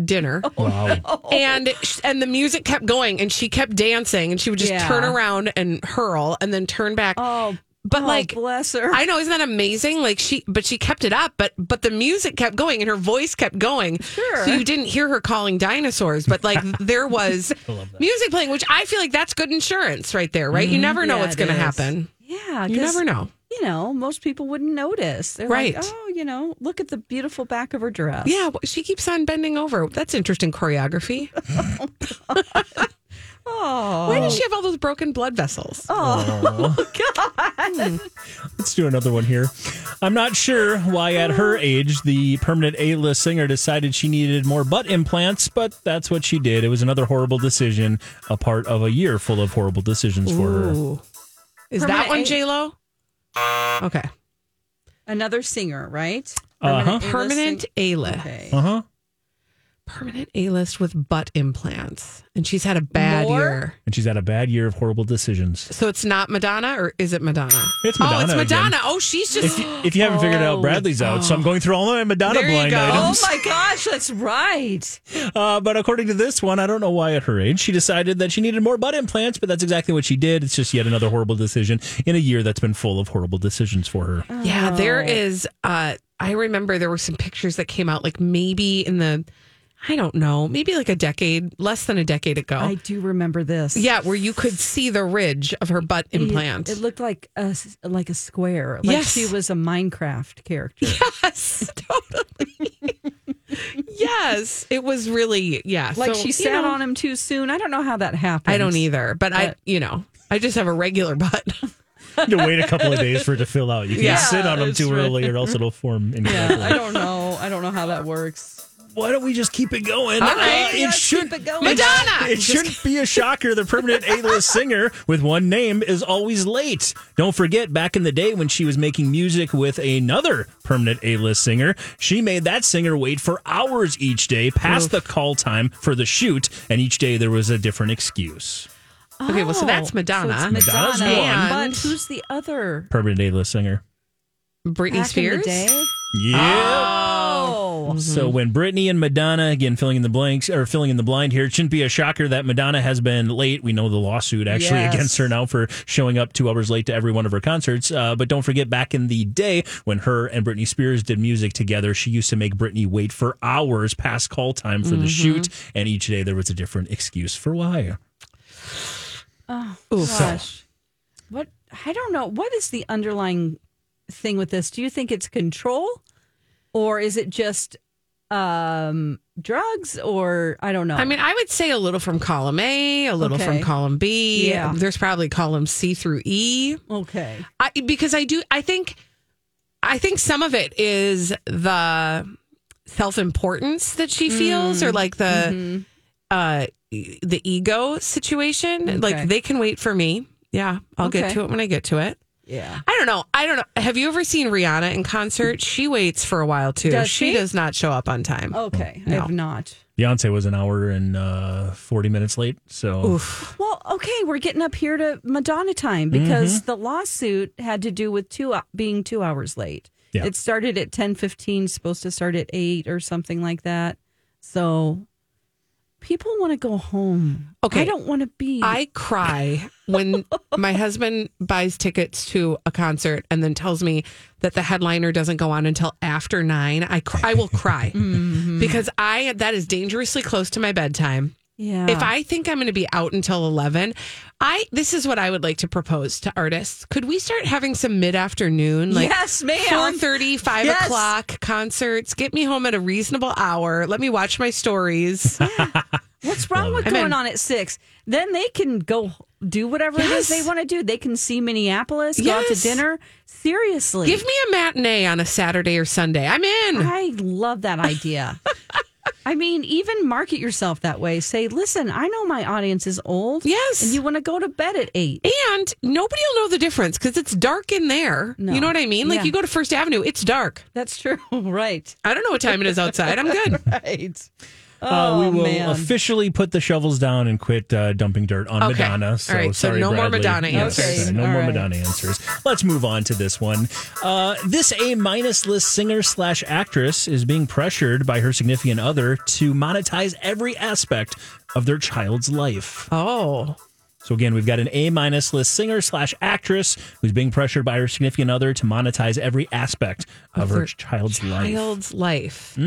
D: dinner
C: Oh.
E: Wow.
D: and sh- and the music kept going and she kept dancing and she would just
C: Yeah.
D: turn around and hurl and then turn back
C: oh
D: but
C: oh,
D: like
C: bless her
D: I know, isn't that amazing? Like she, but she kept it up, but but the music kept going and her voice kept going.
C: Sure.
D: So you didn't hear her calling dinosaurs,
C: [LAUGHS]
D: but like there was music playing, which I feel like that's good insurance right there, right? You never
C: Mm-hmm.
D: know
C: Yeah,
D: what's
C: it
D: going to
C: is.
D: happen.
C: yeah
D: You
C: 'cause,
D: never know.
C: you know most people wouldn't notice they're
D: Right.
C: like oh you know look at the beautiful back of her dress
D: Yeah, well, she keeps on bending over. That's interesting choreography.
C: oh
D: Why does she have all those broken blood vessels?
C: [LAUGHS]
D: Hmm.
E: Let's do another one here. I'm not sure why, at her age, the permanent A list singer decided she needed more butt implants, but that's what she did. It was another horrible decision, a part of a year full of horrible decisions for her.
D: Ooh. Is that
C: Permanent
D: one
C: A-
D: J Lo? Okay,
C: another singer right
E: Uh-huh.
C: A-list
D: permanent
C: sing-
D: A list.
C: okay
E: Uh huh.
D: Permanent A list with butt implants, and she's had a bad
C: More?
D: year.
E: And she's had a bad year of horrible decisions.
D: So it's not Madonna, or is it Madonna?
E: It's
D: Oh,
E: Madonna
D: it's
E: again.
D: Madonna. Oh, she's
E: If
D: just.
E: you, if you haven't figured out,
C: Oh.
E: Bradley's out. So I'm going through all my Madonna
D: There you
E: blind
D: go.
C: oh
E: items.
C: my gosh that's right
E: Uh, but according to this one, I don't know why at her age she decided that she needed more butt implants, but that's exactly what she did. It's just yet another horrible decision in a year that's been full of horrible decisions for her.
D: yeah, there is. Uh, I remember there were some pictures that came out, like maybe in the, I don't know, maybe like a decade, less than a decade ago.
C: i do remember this
D: yeah, where you could see the ridge of her butt implant.
C: It, it looked like a s- like a square. Like
D: Yes.
C: she was a Minecraft character. [LAUGHS]
D: yes, totally. [LAUGHS] yes, it was really yeah.
C: Like
D: so,
C: she
D: you
C: sat
D: know,
C: on him too soon. I don't know how that happened.
D: I don't either, but I, you know, I just have a regular butt. [LAUGHS]
E: [LAUGHS] you wait a couple of days for it to fill out. You can't
D: Yeah,
E: sit on them
C: that's
E: too
C: right.
E: early, or else
C: [LAUGHS]
E: it'll form incorrectly.
C: Yeah, I don't know. I don't know how that works.
E: Why don't we just keep it going? Uh,
D: All right,
E: it
C: let's
E: should.
C: keep it going.
D: Madonna.
E: It shouldn't be a shocker.
C: [LAUGHS]
E: The permanent A-list singer with one name is always late. Don't forget, back in the day when she was making music with another permanent A-list singer, she made that singer wait for hours each day past the call time for the shoot, and each day there was a different excuse.
D: Okay, well, so that's
C: Oh,
D: Madonna.
C: So it's
E: Madonna's
C: Madonna.
D: one.
C: But who's the other?
E: Permanent A-list singer.
D: Britney
C: Back in the
D: Spears.
C: day?
E: Yeah.
C: Oh,
E: So when Britney and Madonna again filling in the blanks or filling in the blind here, it shouldn't be a shocker that Madonna has been late. We know the lawsuit actually
C: Yes.
E: against her now for showing up two hours late to every one of her concerts. Uh, but don't forget, back in the day when her and Britney Spears did music together, she used to make Britney wait for hours past call time for the shoot, and each day there was a different excuse for why.
C: gosh. What? I don't know. What is the underlying thing with this? Do you think it's control or is it just um, drugs? Or I don't know.
D: I mean, I would say a little from column A, a little
C: Okay.
D: from column B.
C: Yeah.
D: There's probably column C through E.
C: okay,
D: I, because I do, I think, I think some of it is the self importance that she feels,
C: Mm.
D: or like the,
C: Mm-hmm.
D: uh, e- the ego situation.
C: Okay.
D: Like they can wait for me. Yeah, I'll get
C: Okay.
D: to it when I get to it.
C: yeah.
D: I don't know. I don't know. Have you ever seen Rihanna in concert? She waits for a while too.
C: Does she?
D: she does not show up on time.
C: Okay, I
D: No.
C: have not.
E: Beyonce was an hour and uh, 40 minutes late. So
C: Well, okay, we're getting up here to Madonna time
D: Mm-hmm.
C: because the lawsuit had to do with two uh, being two hours late.
E: Yeah.
C: It started at ten fifteen, supposed to start at eight or something like that. So people want to go home.
D: Okay.
C: I don't want to be.
D: I cry
C: [LAUGHS]
D: when my husband buys tickets to a concert and then tells me that the headliner doesn't go on until after nine. I cr- I will
C: [LAUGHS]
D: cry
C: Mm-hmm.
D: because I that is dangerously close to my bedtime.
C: yeah.
D: If I think I'm going to be out until 11, I this is what I would like to propose to artists. Could we start having some mid-afternoon like
C: Yes, ma'am.
D: 4:30, 5
C: Yes.
D: o'clock concerts. Get me home at a reasonable hour. Let me watch my stories.
C: What's wrong with
D: it.
C: going
D: Amen.
C: on at six? Then they can go do whatever it is
D: Yes.
C: they want to do. They can see Minneapolis, go out to
D: Yes.
C: dinner. Seriously.
D: Give me a matinee on a Saturday or Sunday. I'm in.
C: I love that idea. I mean, even market yourself that way. Say, listen, I know my audience is old.
D: Yes.
C: And you want to go to bed at eight.
D: And nobody will know the difference because it's dark in there.
C: No.
D: You know what I mean? Like
C: Yeah.
D: you go to First Avenue, it's dark.
C: That's true. [LAUGHS] right.
D: I don't know what time it is outside. I'm
C: [LAUGHS]
D: good.
C: Right.
D: Oh,
E: uh, we will
C: man.
E: officially put the shovels down and quit uh, dumping dirt on
D: Okay.
E: Madonna. So
D: All right, so
E: sorry,
D: no more
E: Bradley.
D: Madonna
E: Yeah,
D: answers.
E: sorry,
C: Okay,
E: No
C: all
E: more
C: right.
E: Madonna answers. Let's move on to this one. Uh, this A minus list singer slash actress is being pressured by her significant other to monetize every aspect of their child's life.
D: Oh,
E: So again, we've got an A minus list singer slash actress who's being pressured by her significant other to monetize every aspect of her
D: Her
E: child's life.
D: child's life.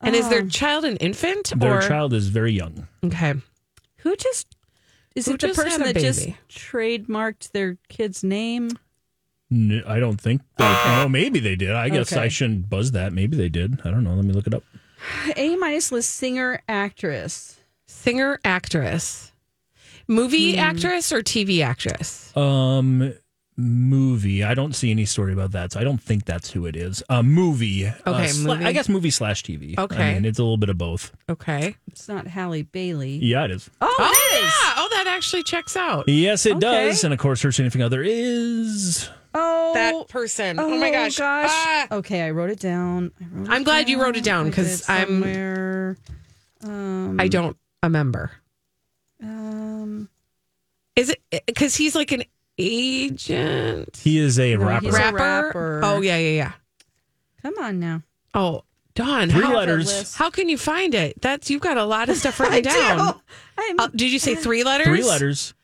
D: And is their child an infant
E: Their
D: or
E: child is very young.
D: okay?
C: Who just is
D: Who
C: it the
D: just
C: person
D: had a
C: that just
D: baby?
C: trademarked their kid's name?
E: N I don't think. They, Oh, maybe they did. I guess
C: Okay.
E: I shouldn't buzz that. Maybe they did. I don't know. Let me look it up.
C: A minus list singer actress.
D: Singer, actress, movie actress, or TV actress?
E: Um, movie. I don't see any story about that, so I don't think that's who it is. A movie. Okay,
D: movie.
E: I guess movie slash TV.
D: Okay.
E: I mean, it's a little bit of both.
D: Okay.
C: It's not Halle Bailey.
E: Yeah, it is.
C: Oh,
D: Oh
C: it is.
D: yeah. Oh, that actually checks out.
E: Yes, it
C: Okay.
E: does. And of course, her significant other is.
C: Oh,
D: That person. Oh, my gosh. Ah.
C: Okay, I wrote it down. I wrote
D: I'm glad you wrote it down
C: I
D: 'cause
C: did
D: I'm-
C: somewhere. Um,
D: I don't remember.
C: um,
D: Is it because he's like an agent?
E: He is a rapper.
C: he's a rapper.
D: Oh yeah, yeah, yeah.
C: come on now.
D: Oh, Don.
E: Three
D: how,
E: letters.
D: How can you find it? That's you've got a lot of stuff
C: [LAUGHS]
D: written down.
C: I'm
D: Uh, did you say three letters?
E: Three letters.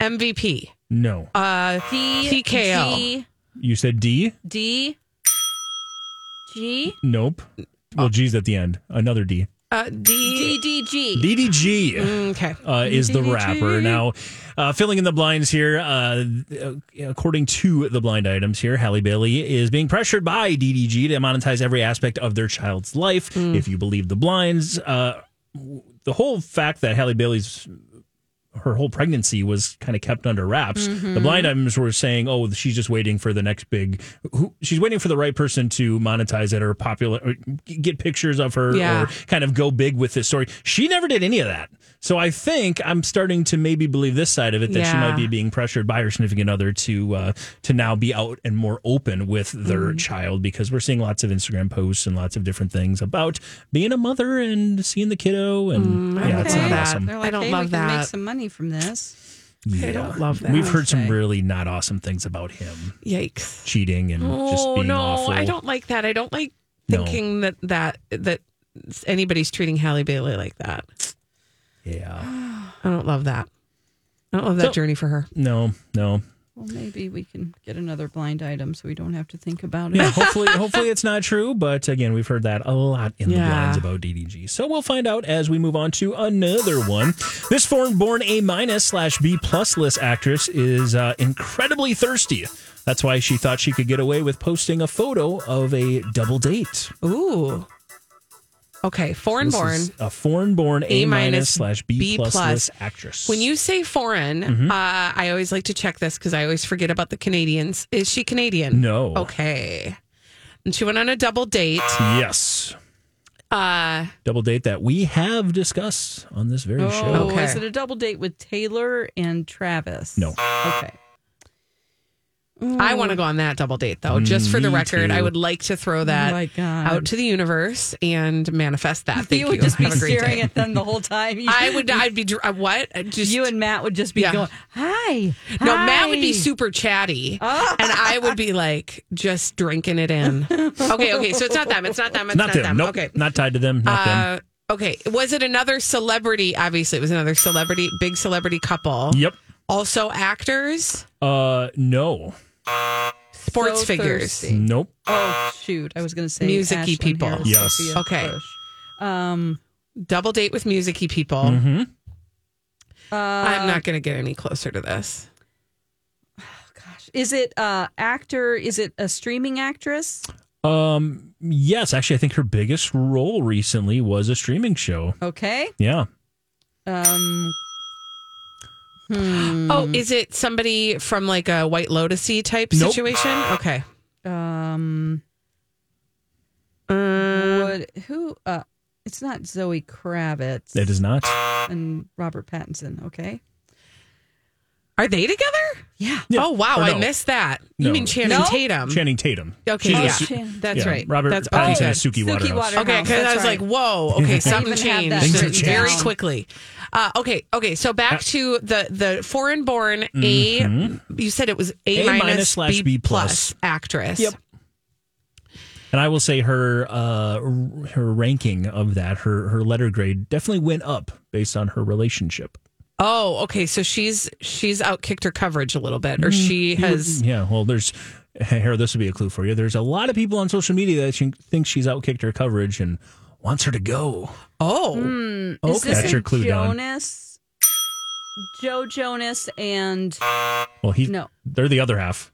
D: MVP.
E: No.
D: Uh,
C: D
D: TKL.
C: G
E: You said D?
C: D G
E: Nope. Well, G's at the end. Another D.
D: uh, D.
C: D D G.
E: DDG
D: Okay.
E: uh, is the
C: DDG.
E: rapper. Now, uh, filling in the blinds here, uh, according to the blind items here, Halle Bailey is being pressured by DDG to monetize every aspect of their child's life. If you believe the blinds, uh, the whole fact that Halle Bailey's her whole pregnancy was kind of kept under wraps.
D: Mm-hmm.
E: The blind items were saying, "Oh, she's just waiting for the next big. Who, she's waiting for the right person to monetize it or popular, or get pictures of her,
D: Yeah.
E: or kind of go big with this story." She never did any of that. So I think I'm starting to maybe believe this side of it that she
D: Yeah.
E: might be being pressured by her significant other to uh, to now be out and more open with their
D: Mm-hmm.
E: child because we're seeing lots of Instagram posts and lots of different things about being a mother and seeing the kiddo and yeah, it's
D: okay.
E: not
D: That-
E: awesome.
D: I don't
C: hey,
D: love
C: we can Make
D: that.
C: some money from this.
E: Yeah.
D: don't love that.
E: We've heard some
C: Okay.
E: really not awesome things about him
D: Yikes.
E: cheating and just
D: Oh
E: being
D: no,
E: awful.
D: I don't like that. I don't like
E: No.
D: thinking that that that anybody's treating Halle Bailey like that.
E: Yeah.
D: I don't love that. I don't love that
E: So-
D: journey for her.
E: No, no.
C: Well, maybe we can get another blind item so we don't have to think about it.
E: Yeah,
D: [LAUGHS]
E: hopefully, hopefully it's not true. But again, we've heard that a lot in the
D: Yeah.
E: blinds about DDG. So we'll find out as we move on to another one. This foreign-born A minus slash B plus list actress is uh, incredibly thirsty. That's why she thought she could get away with posting a photo of a double date.
D: Ooh. Okay, foreign
E: This
D: born.
E: is a foreign-born A
D: A
E: minus
D: minus
E: slash B
D: B
E: plus
D: plus.
E: list actress.
D: When you say foreign,
E: Mm-hmm.
D: uh, I always like to check this because I always forget about the Canadians. Is she Canadian?
E: no,
D: Okay. And she went on a double date.
E: yes,
D: Uh,
E: double date that we have discussed on this very show.
C: Oh,
D: Okay.
C: is it a double date with Taylor and Travis?
E: No.
C: Okay. Oh.
D: I want to go on that double date though, just for the
E: me
D: record. I
E: too.
D: would like to throw
C: Oh my
D: that
C: God.
D: out to the universe and manifest that. Thank
C: you
D: you.
C: would just be
D: Have a great
C: staring
D: day.
C: at them the whole time. You-
D: [LAUGHS] I would. I'd be. dr- uh, What? Uh, Just
C: [LAUGHS] you and Matt would just be
D: Yeah.
C: going, "Hi."
D: No, Matt would be
C: hi."
D: super chatty,
C: Oh.
D: and I would be like just drinking
C: [LAUGHS]
D: it in. Okay, okay, so it's not them. It's not them. It's
E: Not
D: not,
E: them.
D: them.
E: Nope.
D: Okay.
E: Not tied to them. Not them.
D: Uh, okay. Was it another celebrity? Obviously, it was another celebrity, big celebrity couple.
E: Yep.
D: Also actors,
E: Uh, no.
D: sports
C: So
D: figures.
C: thirsty.
E: Nope.
C: Oh shoot! I was going to say
D: Music-y
C: Ashlyn
D: people.
C: Harris,
E: Yes.
C: Sophia
D: Okay.
C: Bush. Um,
D: Double date with musicy people.
E: Mm-hmm.
C: uh,
D: I'm not going to get any closer to this.
C: gosh, is it uh actor? Is it a streaming actress?
E: Um. Yes, actually, I think her biggest role recently was a streaming show.
C: Okay.
E: Yeah.
C: Um, mm.
D: Oh, is it somebody from like a White Lotusy type
E: Nope.
D: situation? Okay.
C: um,
D: Uh,
C: would who? Uh, it's not Zoe Kravitz
E: It is not.
C: and Robert Pattinson. Okay.
D: Are they together?
C: Yeah.
E: Yeah,
D: Oh wow,
E: or
D: I
E: no.
D: missed that.
E: No.
D: You mean Channing
C: No?
D: Tatum?
E: Channing Tatum.
D: Um, Okay,
E: She's a
C: Oh,
D: yeah,
E: su-
D: that's
E: yeah,
D: right.
E: Robert
D: that's
E: Pattinson
D: okay.
E: is Suki
C: Suki
E: Waterhouse.
C: Waterhouse.
D: Okay, because
C: That's
D: I was
C: right.
D: like, "Whoa, okay, something
C: even have that
D: changed
E: written
D: very
C: down.
D: quickly." Uh, okay, okay, so back to the the foreign-born A. You said it was A,
E: A minus
D: minus
E: slash B
D: B
E: plus.
D: plus actress.
E: Yep. And I will say her uh r- her ranking of that her her letter grade definitely went up based on her relationship.
D: Oh, okay, so she's she's outkicked her coverage a little bit, or she has.
E: Yeah. Well, there's here. This would be a clue for you. There's a lot of people on social media that she thinks she's outkicked her coverage and wants her to go.
D: Oh,
C: Is
E: Okay.
C: this
E: That's your
C: in
E: clue, Dawn.
C: Jonas, Joe Jonas, and
E: Well, he
C: No.
E: They're the other half.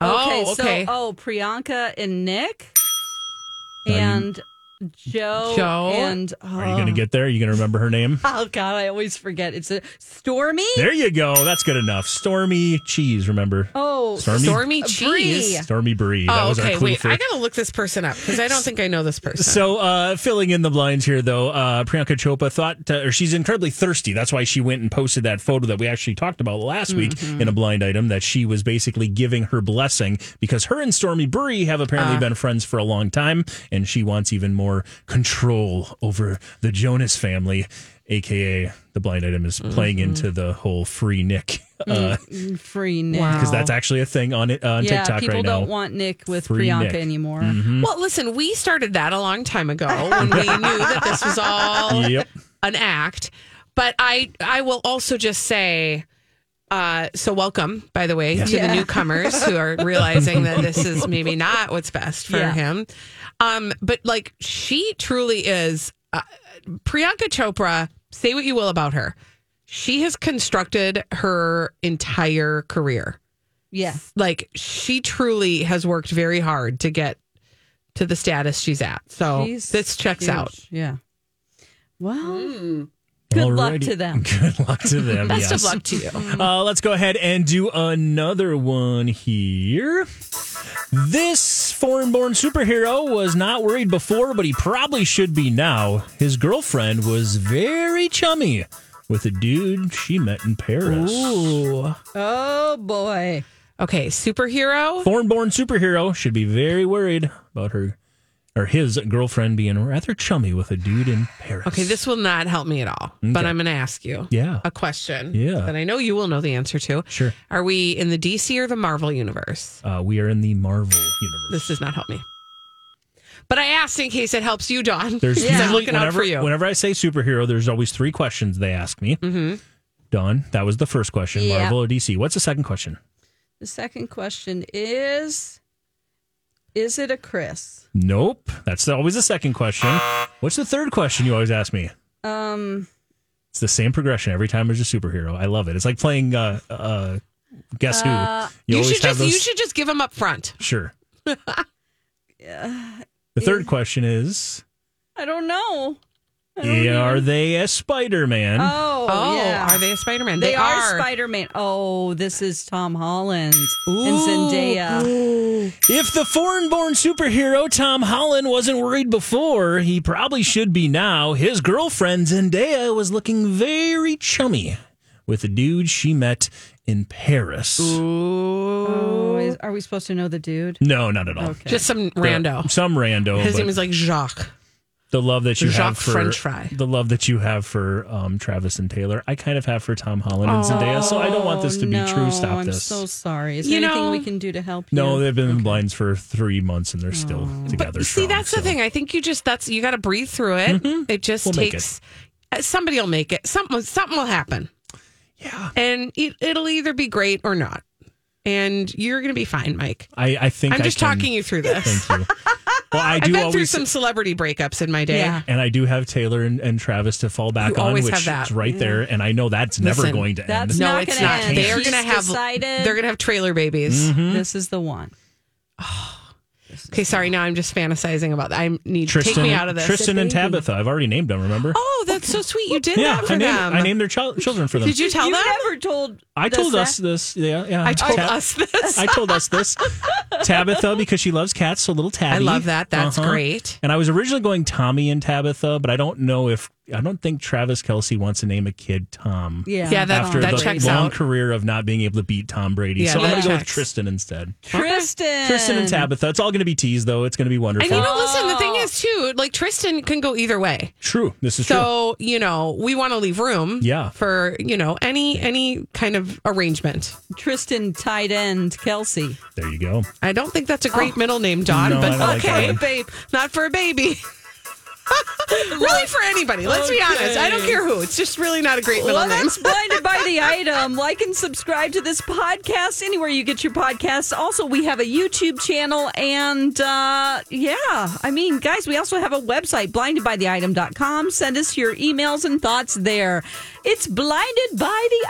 D: Oh,
C: okay,
D: okay.
C: So, oh, Priyanka and Nick,
E: Are you-
C: and Joe,
D: Joe?
C: and oh,
E: Are you going to
D: Uh.
E: get there? Are you going to remember her name?
C: oh God, I always forget. It's a Stormy.
E: There you go. That's good enough. Stormy cheese. Remember
C: Oh,
E: Stormy?
D: Stormy
C: Bree.
D: Cheese.
E: Stormy Bree. that
D: Oh,
E: was
D: okay.
E: our clue
D: Wait,
E: for.
D: I gotta look this person up because I don't think I know this person.
E: so, uh, filling in the blinds here, though, uh, Priyanka Chopra thought, uh, or she's incredibly thirsty. That's why she went and posted that photo that we actually talked about last
C: Mm-hmm.
E: week in a blind item that she was basically giving her blessing because her and Stormy Bree have
C: Ah.
E: apparently been friends for a long time, and she wants even more control over the Jonas family, aka the blind item is playing
C: Mm-hmm.
E: into the whole free Nick. [LAUGHS] Uh,
C: free Nick.
D: Wow.
E: because that's actually a thing on it uh, on
C: Mm-hmm. Yeah,
E: TikTok
C: people
E: right
C: don't
E: now.
C: want Nick with
E: Free
C: Priyanka
E: Nick. Mm-hmm.
C: anymore.
D: well, listen, we started that a long time ago when we knew that this was
E: [LAUGHS]
D: all
E: yep.
D: an act. But I I will also just say uh, so welcome, by the way, to the newcomers who
C: [LAUGHS]
D: are realizing that this is maybe not what's best for
C: Yeah.
D: him. Um, but like she truly is uh, Priyanka Chopra. Say what you will about her, she has constructed her entire career.
C: Yeah,
D: Like she truly has worked very hard to get to the status she's at. So
C: She's
D: Oh, this checks
C: huge.
D: out. Mm.
C: Yeah. Well, [LAUGHS] good luck
E: Alrighty.
C: to them.
E: [LAUGHS] Good luck to them. yes.
D: Best of luck to you.
E: Uh, let's go ahead and do another one here. This foreign born superhero was not worried before, but he probably should be now. His girlfriend was very chummy with a dude she met in Paris.
C: Oh boy.
D: Okay, superhero.
E: Foreign born superhero should be very worried about her or his girlfriend being rather chummy with a dude in Paris.
D: Okay, this will not help me at all, but
E: Okay.
D: I'm going to ask you
E: Yeah.
D: a question
E: Yeah.
D: that I know you will know the answer to.
E: Sure.
D: Are we in the DC or the Marvel universe?
E: Uh, we are in the Marvel universe.
D: This does not help me. But I asked in case it helps you, Don. [LAUGHS]
E: There's
D: Because I'm
E: usually
D: looking out
E: whenever,
D: for you.
E: whenever I say superhero, there's always three questions they ask me. Mm-hmm. Dawn, that was the first question.
C: Yeah.
E: Marvel or DC? What's the second question?
C: The second question is Is it a Chris?
E: Nope. That's always the second question. What's the third question you always ask me?
C: Um,
E: It's the same progression every time there's a superhero. I love it. It's like playing uh uh guess who.
D: Uh, You,
E: always
D: should just you should just give them up front.
E: [LAUGHS]
D: [LAUGHS]
E: Sure. The third question is
C: I don't know.
E: Are they a Spider Man?
C: Oh,
D: Oh,
C: yeah.
D: are they a Spider Man?
C: They, are, Spider Man. Oh, this is Tom Holland and
D: Ooh.
C: Zendaya.
E: if the foreign born superhero Tom Holland wasn't worried before, he probably should be now. His girlfriend Zendaya was looking very chummy with a dude she met in Paris.
C: Oh, is, are we supposed to know the dude?
E: No, not at all.
D: Just some rando.
E: Some rando.
D: His
E: but-
D: name is like Jacques.
E: the love that you have
D: Jacques
E: for
D: French fry.
E: the love that you have for um, Travis and Taylor, I kind of have for Tom Holland and Zendaya. So I don't want this to be
C: Oh,
D: Oh,
C: no,
E: true. Stop
C: I'm
E: this.
C: so sorry. Is
D: You
C: there
D: know-
C: anything we can do to help you?
E: no, they've been in blinds for three months and they're still together.
D: Oh. But see,
E: strong,
D: that's
E: so. Mm-hmm.
D: the thing. I think you just that's you got to breathe through it. It just
E: We'll make
D: takes uh somebody will make it. Something something will happen. Yeah, and it, it'll either be great or not, and you're gonna be fine, Mike.
E: I, I think
D: I'm just
E: I can-
D: talking you through this.
E: Thank you. Well, I
D: [LAUGHS] I've
E: do
D: been through
E: always,
D: some celebrity breakups in my day.
C: Yeah.
E: and I do have Taylor and, and Travis to fall back
D: You
E: on,
D: always
E: which
D: have that.
E: is right there. And I know that's never
D: Listen,
E: going to
C: that's
E: end. Mm-hmm.
D: No,
C: Not
D: it's
C: gonna
D: not.
C: end.
D: They're
C: He's
D: gonna have
C: decided.
D: they're gonna have trailer babies.
E: Hmm?
C: This is the one.
D: Okay, sorry. Now I'm just fantasizing about that. I need
E: Tristan,
D: take me out of this.
E: Tristan and Tabitha. I've already named them. Remember?
D: Oh, that's so sweet. You did
E: yeah,
D: that for
E: I named,
D: them.
E: I named their child, children for them.
D: Did you tell
C: you
D: them?
C: never told.
E: I
C: this
E: told
C: that-
E: us this. Yeah, yeah.
D: I told
E: Ta- [LAUGHS]
D: us this.
E: I told us
D: [LAUGHS]
E: this. Tabitha, because she loves cats, so little
D: I
E: Tabby.
D: love that. That's
E: Uh-huh.
D: great.
E: And I was originally going Tommy and Tabitha, but I don't know if I don't think Travis Kelsey wants to name a kid Tom.
C: Yeah,
D: Yeah, that-
E: After
D: that
E: the [LAUGHS]
D: checks
E: long
D: out.
E: career of not being able to beat Tom Brady,
D: Yeah,
E: so I'm
D: that
E: going to go with
D: checks.
E: Tristan instead.
C: Tristan.
E: Tristan and Tabitha. It's all going to be teased, though. It's going to be wonderful.
D: And you know, listen, the thing is too, like Tristan can go either way.
E: true. This is true.
D: So, you know, we want to leave room
E: Yeah.
D: for, you know, any any kind of arrangement.
C: Tristan, tight end, Kelsey.
E: There you go.
D: I don't think that's a great middle name, Don,
E: Oh. No, I
D: but
E: don't like
D: okay,
E: that one.
D: babe. Not for a baby. [LAUGHS] really for anybody. Let's be honest. I don't care who. It's just really not a great middle
C: Well,
D: name.
C: that's blinded by
D: [LAUGHS]
C: the item. Like and subscribe to this podcast anywhere you get your podcasts. Also, we have a YouTube channel. And uh, yeah, I mean, guys, we also have a website, blindedbytheitem.com. Send us your emails and thoughts there. It's blinded by the